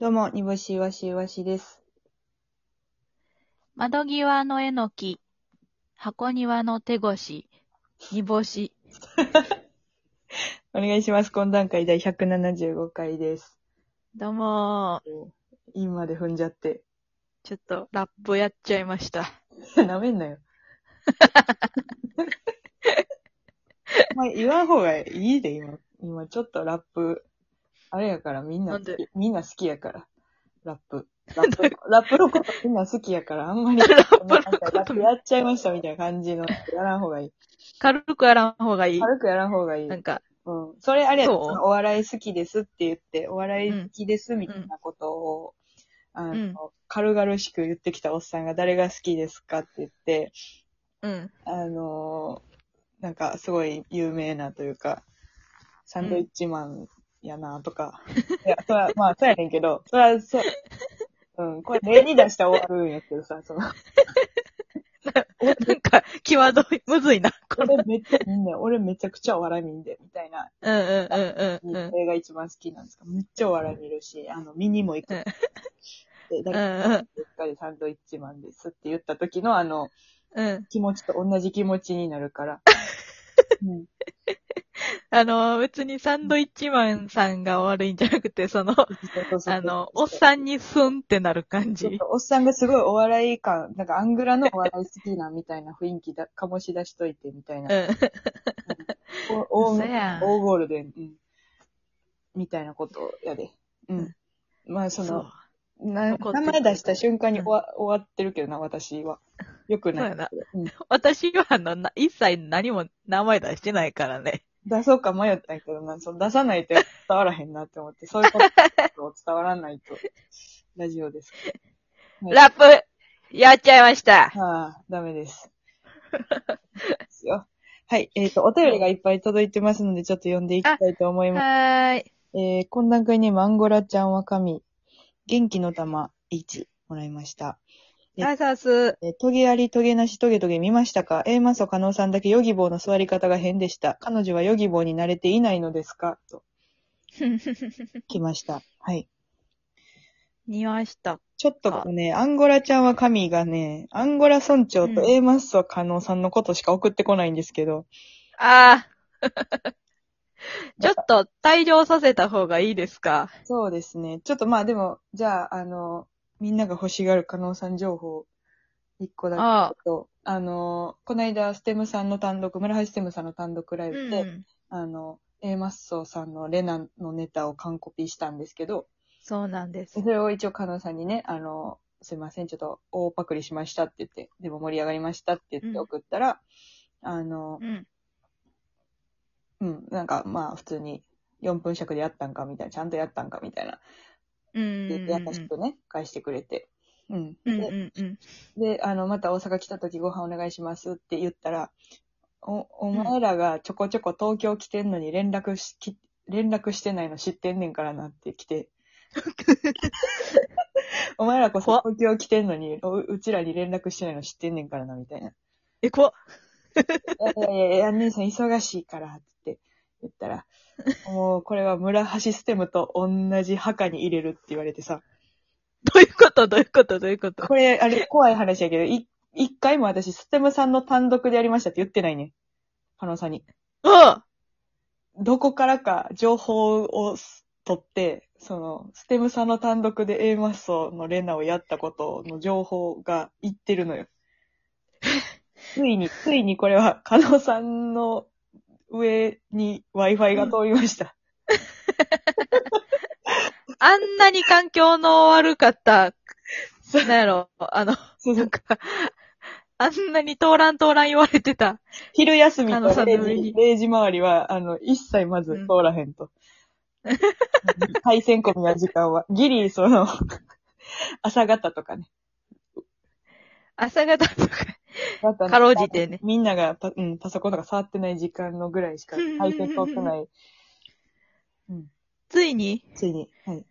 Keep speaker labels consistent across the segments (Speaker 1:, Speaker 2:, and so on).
Speaker 1: どうも、煮干しわしわしです。
Speaker 2: 窓際のえのき、箱庭の手越し、煮干し。
Speaker 1: お願いします。懇談会第175回です。
Speaker 2: どうも
Speaker 1: 今まで踏んじゃって。
Speaker 2: ー。ちょっとラップやっちゃいました。
Speaker 1: なめんなよ。 まあ、言わん方がいいで、今。今、ちょっとラップ。あれやから、みんな
Speaker 2: なんで、
Speaker 1: みんな好きやから。ラッ プ。ラップ、ラップのことみんな好きやから、あんまり、ラ
Speaker 2: ップのこと
Speaker 1: ップやっちゃいましたみたいな感じの、やらん方がいい。
Speaker 2: 軽くやらん方がいい。
Speaker 1: 軽くやらん方がいい
Speaker 2: な。んか、
Speaker 1: うん。それあれや
Speaker 2: そう
Speaker 1: お笑い好きですって言って、お笑い好きですみたいなことを、あの、
Speaker 2: うん
Speaker 1: 軽々しく言ってきたおっさんが誰が好きですかって言って、
Speaker 2: うん。
Speaker 1: あのーなんかすごい有名なというか、サンドイッチマンやなとか。いや、そら、まあ、そうやねんけど、そら、そう、うん、これ例に出したら終わるんやけどさ、その、
Speaker 2: なんか、際どい、むずいな。この
Speaker 1: 俺めっちゃみんな、俺めちゃくちゃお笑い見んで、みたいな。
Speaker 2: うんうんうんうんうん。
Speaker 1: 映画一番好きなんですかめっちゃお笑い見るし、あの、見にも行く。
Speaker 2: うん
Speaker 1: で、だ
Speaker 2: う
Speaker 1: から、
Speaker 2: んうん
Speaker 1: うっかりサンドイッチマンですって言った時のあの、
Speaker 2: うん。
Speaker 1: 気持ちと同じ気持ちになる から。うん、
Speaker 2: あのー、別にサンドイッチマンさんが悪いんじゃなくて、その、あの、おっ
Speaker 1: ん
Speaker 2: さんにスンってなる感
Speaker 1: ちょっ
Speaker 2: じ。
Speaker 1: とおっさんがすごいお笑い感、なんかアングラのお笑い好きなみたいな雰囲気だ、醸し出しといてみたいな
Speaker 2: う。ん。
Speaker 1: お
Speaker 2: そやん
Speaker 1: 大ゴールデン、うん。みたいなことやで。うん。まあそ
Speaker 2: そ
Speaker 1: の
Speaker 2: う。、
Speaker 1: な
Speaker 2: 残って
Speaker 1: 名
Speaker 2: る
Speaker 1: 前出した瞬間に終わ,、終わってるけどな、私は。よくない。
Speaker 2: そうやな
Speaker 1: うん
Speaker 2: 私は、あの、な一切何も名前出してないからね。
Speaker 1: 出そうか迷ったんやけどな、その出さないと伝わらへんなって思って、そういうことを伝わらない と、ラジオですから。はい
Speaker 2: ラップ、やっちゃいました。
Speaker 1: ああ、ダメです。ですよはい、えっ、と、お便りがいっぱい届いてますので、ちょっと読んでいきたいと思います。
Speaker 2: はーい。
Speaker 1: えー、懇談会にマンゴラちゃんは神、元気の玉1、もらいました。え
Speaker 2: あざす。
Speaker 1: えートゲありトゲなしトゲトゲ見ましたか ?A マソ加納さんだけヨギボーの座り方が変でした。彼女はヨギボーに慣れていないのですか と、来ました。はい。
Speaker 2: 見ました。
Speaker 1: ちょっとね、アンゴラちゃんは神がね、アンゴラ村長と
Speaker 2: うん
Speaker 1: A マッソ加納さんのことしか送ってこないんですけど、
Speaker 2: あ ー。ちょっと退場させた方がいいですか
Speaker 1: そうですね。ちょっとまあでも、じゃあ、あの、みんなが欲しがる加納さん情報、一個だけ。
Speaker 2: あ
Speaker 1: とあの、この間、ステムさんの単独、村橋ステムさんの単独ライ
Speaker 2: あ。
Speaker 1: ブ
Speaker 2: う
Speaker 1: で、
Speaker 2: ん。
Speaker 1: あの、A マッソさんのレナのネタを完コピしたんですけど、
Speaker 2: そうなんです
Speaker 1: そ。れを一応カノさんにね、あの、すいません、ちょっと大パクリしましたって言って、でも盛り上がりましたって言って
Speaker 2: うん
Speaker 1: 送ったら、あの
Speaker 2: う、ん。
Speaker 1: うん、なんかまあ普通に4分尺でやったんかみたいな、ちゃんとやったんかみたいな、
Speaker 2: う
Speaker 1: で
Speaker 2: ん。
Speaker 1: 優しくね、返してくれて。うん。
Speaker 2: うん
Speaker 1: で
Speaker 2: うんうん。
Speaker 1: で、あの、また大阪来た時ご飯お願いしますって言ったら、お、お前らがちょこちょこ東京来てんのに連絡し、き連絡してないの知ってんねんからなって来て。お前らこそ東京来てんのに、おうちらに連絡してないの知ってんねんからな、みたいな。い
Speaker 2: え、こ
Speaker 1: やいやいやいや、姉さん忙しいから、って言ったら、もうこれは村橋ステムと同じ墓に入れるって言われてさ。
Speaker 2: どういうことどういうことどういうこと
Speaker 1: これ、あれ、怖い話やけど、い、一回も私、ステムさんの単独でやりましたって言ってないね。加納さんに。
Speaker 2: うん
Speaker 1: どこからか情報をす取って、その、ステムさんの単独で A マッソのレナをやったことの情報が言ってるのよ。ついに、ついにこれは、加納さんの上に Wi-Fi が通りました。
Speaker 2: あんなに環境の悪かった、なんやろ、あの、
Speaker 1: そうそ
Speaker 2: な
Speaker 1: うん
Speaker 2: か、あんなに通らん通らん言われてた。
Speaker 1: 昼休みと
Speaker 2: 加納さんの
Speaker 1: 0
Speaker 2: 上に
Speaker 1: 時、0時回りは、あの、一切まず通らへんと。 対戦込みな時間は。ギリ、その、 朝方とかね。
Speaker 2: 朝方とか。
Speaker 1: だったら
Speaker 2: かろうじてね
Speaker 1: みんながパ、うん、パソコンとか触ってない時間のぐらいしか対戦通ってない。うん、
Speaker 2: ついに
Speaker 1: ついに。はい。い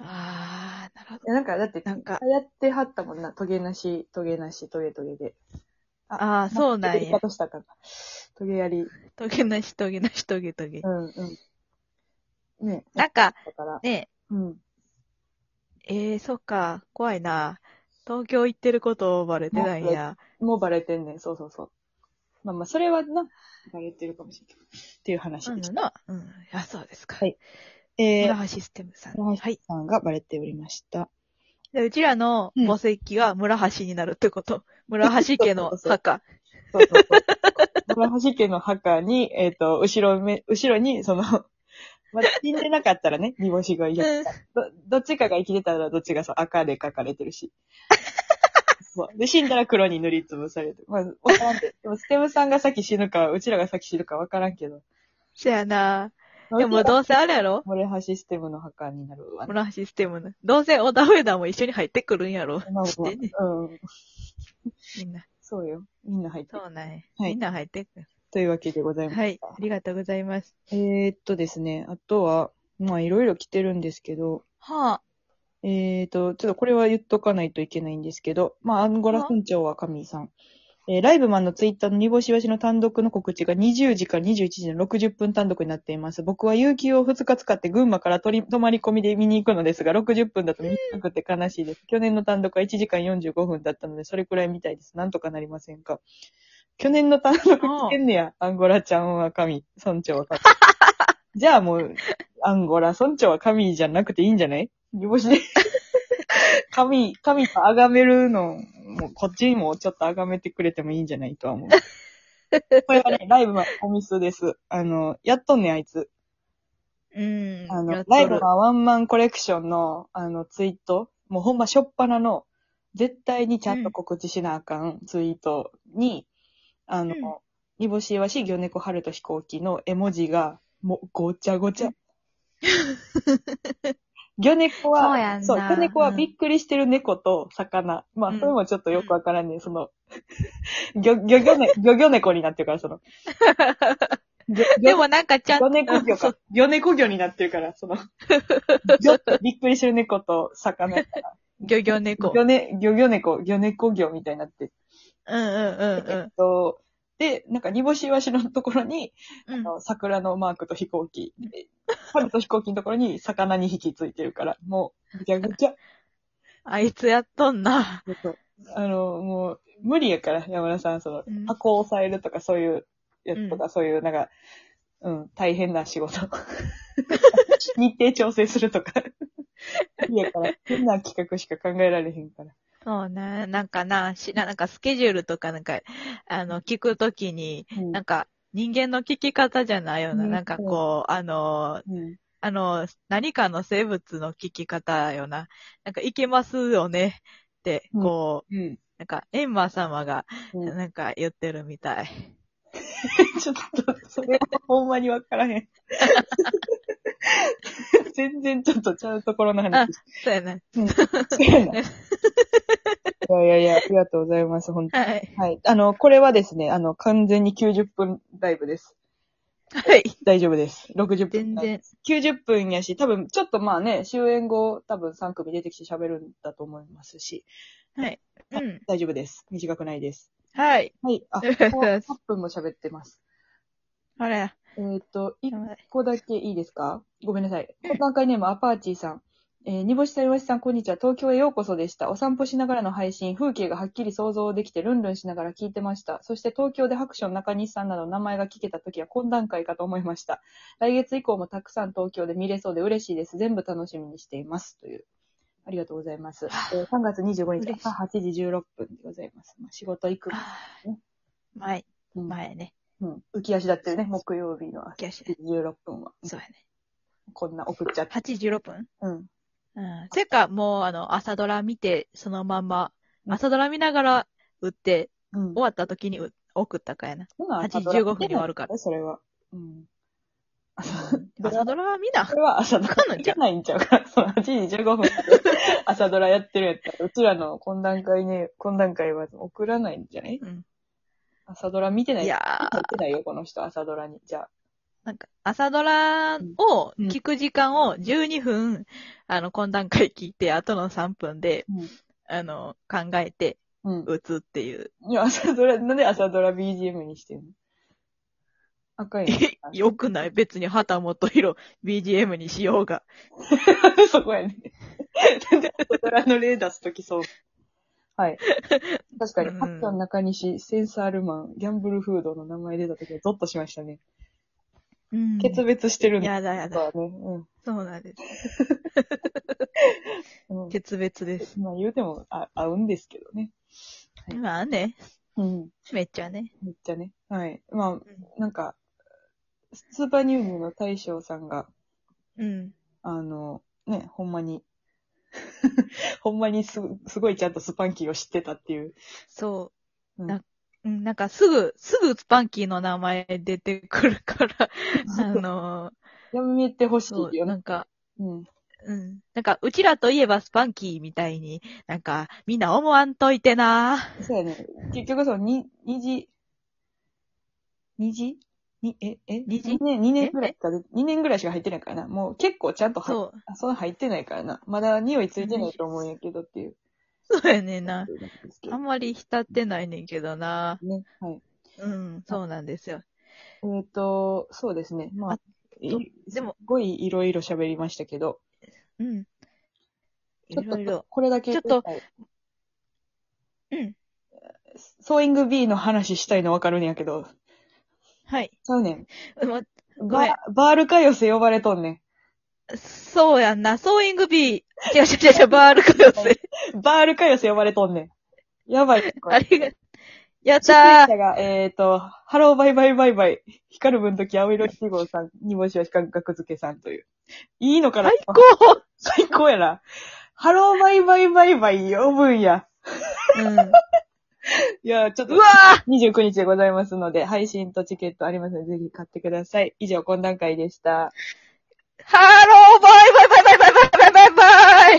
Speaker 2: ああ、なるほど。
Speaker 1: や、なんか、だって、
Speaker 2: なんか
Speaker 1: やってはったもんな。トゲなし、トゲなし、トゲトゲで。
Speaker 2: ああ、そうなん
Speaker 1: 言い
Speaker 2: や。
Speaker 1: 方したかな。トゲやり。
Speaker 2: トゲなし、トゲなし、トゲトゲ
Speaker 1: う。ん、うん。ね。
Speaker 2: なんか、
Speaker 1: だから、
Speaker 2: ね、
Speaker 1: うん。
Speaker 2: ええそっか。怖いな。東京行ってることをバレてないんや。
Speaker 1: もうバレてんねん、そうそうそう。まあまあ、それはな、バレてるかもしれない。っていう話
Speaker 2: うん
Speaker 1: でした。
Speaker 2: な。うん。あ、そうですか。
Speaker 1: は
Speaker 2: はいい。
Speaker 1: えー、
Speaker 2: 村橋システムさん。
Speaker 1: 村橋
Speaker 2: はい。
Speaker 1: さんがバレておりました。
Speaker 2: でうちらの
Speaker 1: うん
Speaker 2: 墓石は村橋になるってこと。村橋家の
Speaker 1: そうそう
Speaker 2: 墓。
Speaker 1: そうそうそう。村橋家の墓に、えっ、と、後ろめ、後ろに、その、まあ、死んでなかったらね、煮干しがいる。
Speaker 2: うん
Speaker 1: ど、どっちかが生きてたらどっちがそう赤で書かれてるし。そう。で、死んだら黒に塗りつぶされてる。まあ、わからんで。でも、ステムさんが先死ぬか、うちらが先死ぬかわからんけど。
Speaker 2: そやな。でもどうせあれやろ
Speaker 1: 漏れ橋システムの墓になるわ、ね。
Speaker 2: 村橋システムの。どうせオダウェダーも一緒に入ってくるんやろ。
Speaker 1: まあ
Speaker 2: 知ってんねん
Speaker 1: まあうん。
Speaker 2: みんな。
Speaker 1: そうよ。みんな入ってる。
Speaker 2: そうなんや。
Speaker 1: はい
Speaker 2: みんな入ってくる。
Speaker 1: というわけでございます。
Speaker 2: はい。ありがとうございます。
Speaker 1: えー、っとですね、あとは、まあ、いろいろ来てるんですけど、
Speaker 2: はあ。
Speaker 1: えーと、ちょっとこれは言っとかないといけないんですけど、まあ、アンゴラ村長は神井さん。えーライブマンのツイッターの煮干しわしの単独の告知が20時から21時の60分単独になっています。僕は有給を2日使って群馬から取り、泊まり込みで見に行くのですが、60分だと短くて悲しいです。去年の単独は1時間45分だったので、それくらいみたいです。なんとかなりませんか。去年の単独来てんねや。アンゴラちゃんは神、村長は神。じゃあもう、アンゴラ村長は神じゃなくていいんじゃない煮干しで。神、神と崇めるの、もうこっちにもちょっと崇めてくれてもいいんじゃないとは思う。これはね、ライブマンおミスです。あの、やっとんねん、あいつ。
Speaker 2: うん。
Speaker 1: あ
Speaker 2: や
Speaker 1: の
Speaker 2: っ、とる
Speaker 1: ライブマンワンマンコレクションの、あの、ツイート、もうほんましょっぱなの、絶対にちゃんと告知しなあかんツイートに、あの、
Speaker 2: うん
Speaker 1: 煮干しわし、魚猫春と飛行機の絵文字が、もうごちゃごちゃ。魚猫は、
Speaker 2: そうやんな
Speaker 1: 魚猫は
Speaker 2: うん
Speaker 1: びっくりしてる猫と魚。まあ、
Speaker 2: うん
Speaker 1: それもちょっとよくわからんね、その、魚、魚、魚ね、魚魚猫になってるから、その。魚魚
Speaker 2: でもなんかちゃんと。
Speaker 1: 魚猫魚
Speaker 2: そう
Speaker 1: か。魚猫魚になってるから、その、ちょっとびっくりしてる猫と魚やから。
Speaker 2: 漁業猫。
Speaker 1: 魚ね、魚魚猫、魚猫魚みたいになってて、
Speaker 2: うんうん
Speaker 1: えっ
Speaker 2: う
Speaker 1: と、で、なんか煮干しイワシのところに、
Speaker 2: んうん。
Speaker 1: あの桜のマークと飛行機、で春と飛行機のところに魚に引きついてるから、もう、ぐちゃぐちゃ。
Speaker 2: あいつやっとんな。
Speaker 1: あの、もう、無理やから、山田さん、その
Speaker 2: うん、
Speaker 1: 箱を押さえるとか、そういうやつとか、そういう、なんか、うん、大変な仕 事。日程調整するとか。無理やから、変な企画しか考えられへんから。
Speaker 2: そうね。なんかな、しな、なんかスケジュールとかなんか、あの、聞くときに、
Speaker 1: うん
Speaker 2: なんか、人間の聞き方じゃないような、
Speaker 1: うん
Speaker 2: なんかこう、あの、
Speaker 1: うん
Speaker 2: あの、何かの生物の聞き方よな。なんか、いけますよねって、
Speaker 1: うん
Speaker 2: こう、
Speaker 1: うん。
Speaker 2: なんか、エンマ様が、
Speaker 1: うん
Speaker 2: なんか言ってるみたい。
Speaker 1: ちょっと、それはほんまにわからへん。 全然ちょっとちゃうところの話
Speaker 2: そうやな。
Speaker 1: 違う ないやいやいや、ありがとうございます、本当に
Speaker 2: はい。
Speaker 1: はい。あの、これはですね、あの、完全に90分ライブです。
Speaker 2: はい。
Speaker 1: 大丈夫です。60分。
Speaker 2: 全然。
Speaker 1: 90分やし、多分、ちょっとまあね、終演後、多分3組出てきて喋るんだと思いますし、
Speaker 2: はい。うん。
Speaker 1: 大丈夫です。短くないです。
Speaker 2: はい。
Speaker 1: はい。 あ、
Speaker 2: ありがとうござ
Speaker 1: 8
Speaker 2: います
Speaker 1: 分も喋ってます。
Speaker 2: あれ。
Speaker 1: えーっ、と、
Speaker 2: やば
Speaker 1: 1
Speaker 2: い
Speaker 1: 個だけいいですかごめんなさい。段階ネーム、アパーチーさん。えー、煮干しさん、いわしさん、こんにちは。東京へようこそでした。お散歩しながらの配信、風景がはっきり想像できて、ルンルンしながら聞いてました。そして東京で白書の中西さんなどの名前が聞けた時は懇談会かと思いました。来月以降もたくさん東京で見れそうで嬉しいです。全部楽しみにしています。という。ありがとうございます。えー3月25日、
Speaker 2: 嬉しい
Speaker 1: 朝8時16分でございます。まあ、仕事行く。
Speaker 2: 前、
Speaker 1: うん
Speaker 2: 前ね。
Speaker 1: うん。浮き足だってるね、木曜日の朝
Speaker 2: よし
Speaker 1: 8時16分は。
Speaker 2: そうやね。
Speaker 1: こんな送っちゃって。
Speaker 2: 8時16分
Speaker 1: うん。
Speaker 2: うん。てか、もう、あの、朝ドラ見て、そのまんま、
Speaker 1: うん
Speaker 2: 朝ドラ見ながら打って、
Speaker 1: うん
Speaker 2: 終。わった時にう送ったかやな。
Speaker 1: 8
Speaker 2: 8 15分に終わるから。
Speaker 1: それは。うん。朝
Speaker 2: 朝ドラは見 な
Speaker 1: そ。れは朝ドラ
Speaker 2: わかんないんちゃう
Speaker 1: 見ないん ちゃうから、その8時15分 朝ドラやってるやったら、うちらの懇談会ね、懇談会は送らないんじゃない
Speaker 2: うん。
Speaker 1: 朝ドラ見てない。
Speaker 2: いや
Speaker 1: 見
Speaker 2: ー、
Speaker 1: てないよ、この人、朝ドラに。じゃあ。
Speaker 2: なんか、朝ドラを
Speaker 1: うん
Speaker 2: 聞く時間を12分、あの、懇談会聞いて、あとの3分で、あの、考えて
Speaker 1: うん。
Speaker 2: 打つっていう。
Speaker 1: いや、朝ドラ、なんで朝ドラ BGM にしてんの赤いの
Speaker 2: よくない別に旗本博 BGM にしようが。
Speaker 1: そこやね。ドラの例出すときそう。はい。確かに、
Speaker 2: うん
Speaker 1: パッキョン中西、センサールマン、ギャンブルフードの名前出たときはゾッとしましたね。
Speaker 2: うん。
Speaker 1: 決別して るんだ。
Speaker 2: やだやだ。
Speaker 1: そうだね。うん
Speaker 2: そうなんです。
Speaker 1: うん。
Speaker 2: 決別です。
Speaker 1: まあ言うてもあ合うんですけどね。
Speaker 2: まあね。
Speaker 1: うん。
Speaker 2: めっちゃね。
Speaker 1: めっちゃね。はい。まあ、なんか、スーパーニュームの大将さんが、
Speaker 2: うん。
Speaker 1: あの、ね、ほんまに、 ほんまにすすごいちゃんとスパンキーを知ってたっていう。
Speaker 2: そうう。
Speaker 1: ん
Speaker 2: なうん、なんかすぐ、すぐスパンキーの名前出てくる から、あの
Speaker 1: やめてほし
Speaker 2: そう
Speaker 1: い、よ
Speaker 2: な
Speaker 1: ね。
Speaker 2: んか、
Speaker 1: うん。
Speaker 2: うん。なんか、うちらといえばスパンキーみたいに、なんか、みんな思わんといてな
Speaker 1: そうやね。結局そう、に、二次、二次に、え、え
Speaker 2: 二次
Speaker 1: 二年、二年ぐらいしか出、二年ぐらいしか入ってないからな。もう結構ちゃんと入っ
Speaker 2: そ
Speaker 1: あそんな入ってないからな。まだ匂いついてないと思うんやけどっていう。
Speaker 2: う。そうやねんな。
Speaker 1: ですけ
Speaker 2: あ
Speaker 1: ど
Speaker 2: んまり浸ってないねんけどな
Speaker 1: ね。はい。
Speaker 2: うん、そうなんですよ。
Speaker 1: えっ、と、そうですね。まあ
Speaker 2: あ、
Speaker 1: い
Speaker 2: でも
Speaker 1: すっごいいろいろ喋りましたけど、
Speaker 2: うん。い
Speaker 1: ちょっ
Speaker 2: ろい
Speaker 1: と
Speaker 2: ろ。
Speaker 1: これだけ
Speaker 2: ちょっと
Speaker 1: 言いたい
Speaker 2: うん。
Speaker 1: ソーイング B の話したいの分かるんやけど、
Speaker 2: はい。
Speaker 1: ちゃうねん。
Speaker 2: まごめん
Speaker 1: ババールかよせ呼ばれとんね
Speaker 2: そうやんな。ソーイング B。違う違う違う、バールクヨセ。
Speaker 1: ん。バールかよせ呼ばれとんねん。やばい。これ
Speaker 2: ありが、やっ
Speaker 1: 出
Speaker 2: た
Speaker 1: 演
Speaker 2: ー。
Speaker 1: 者が、えっ、と、ハローバイバイバイバイ、光る分とき青色七号さん、煮干しは感覚付けさんという。いいのかな
Speaker 2: 最高
Speaker 1: 最高やな。ハローバイバイバイバイ呼ぶんや。
Speaker 2: うん。う
Speaker 1: いや、ちょっと
Speaker 2: わー
Speaker 1: 29日でございますので、配信とチケットありますので、ぜひ買ってください。以上、懇談会でした。
Speaker 2: ハローバイバイバイバイバイバイバイ